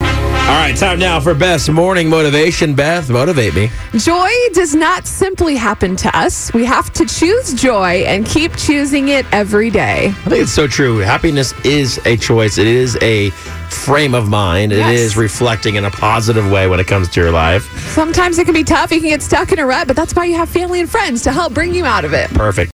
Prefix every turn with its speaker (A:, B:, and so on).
A: All right, time now for Beth's morning motivation. Beth, motivate me.
B: Joy does not simply happen to us. We have to choose joy and keep choosing it every day.
A: I think it's so true. Happiness is a choice. It is a frame of mind. It
B: Yes.
A: is reflecting in a positive way when it comes to your life.
B: Sometimes it can be tough. You can get stuck in a rut, but that's why you have family and friends to help bring you out of it.
A: Perfect.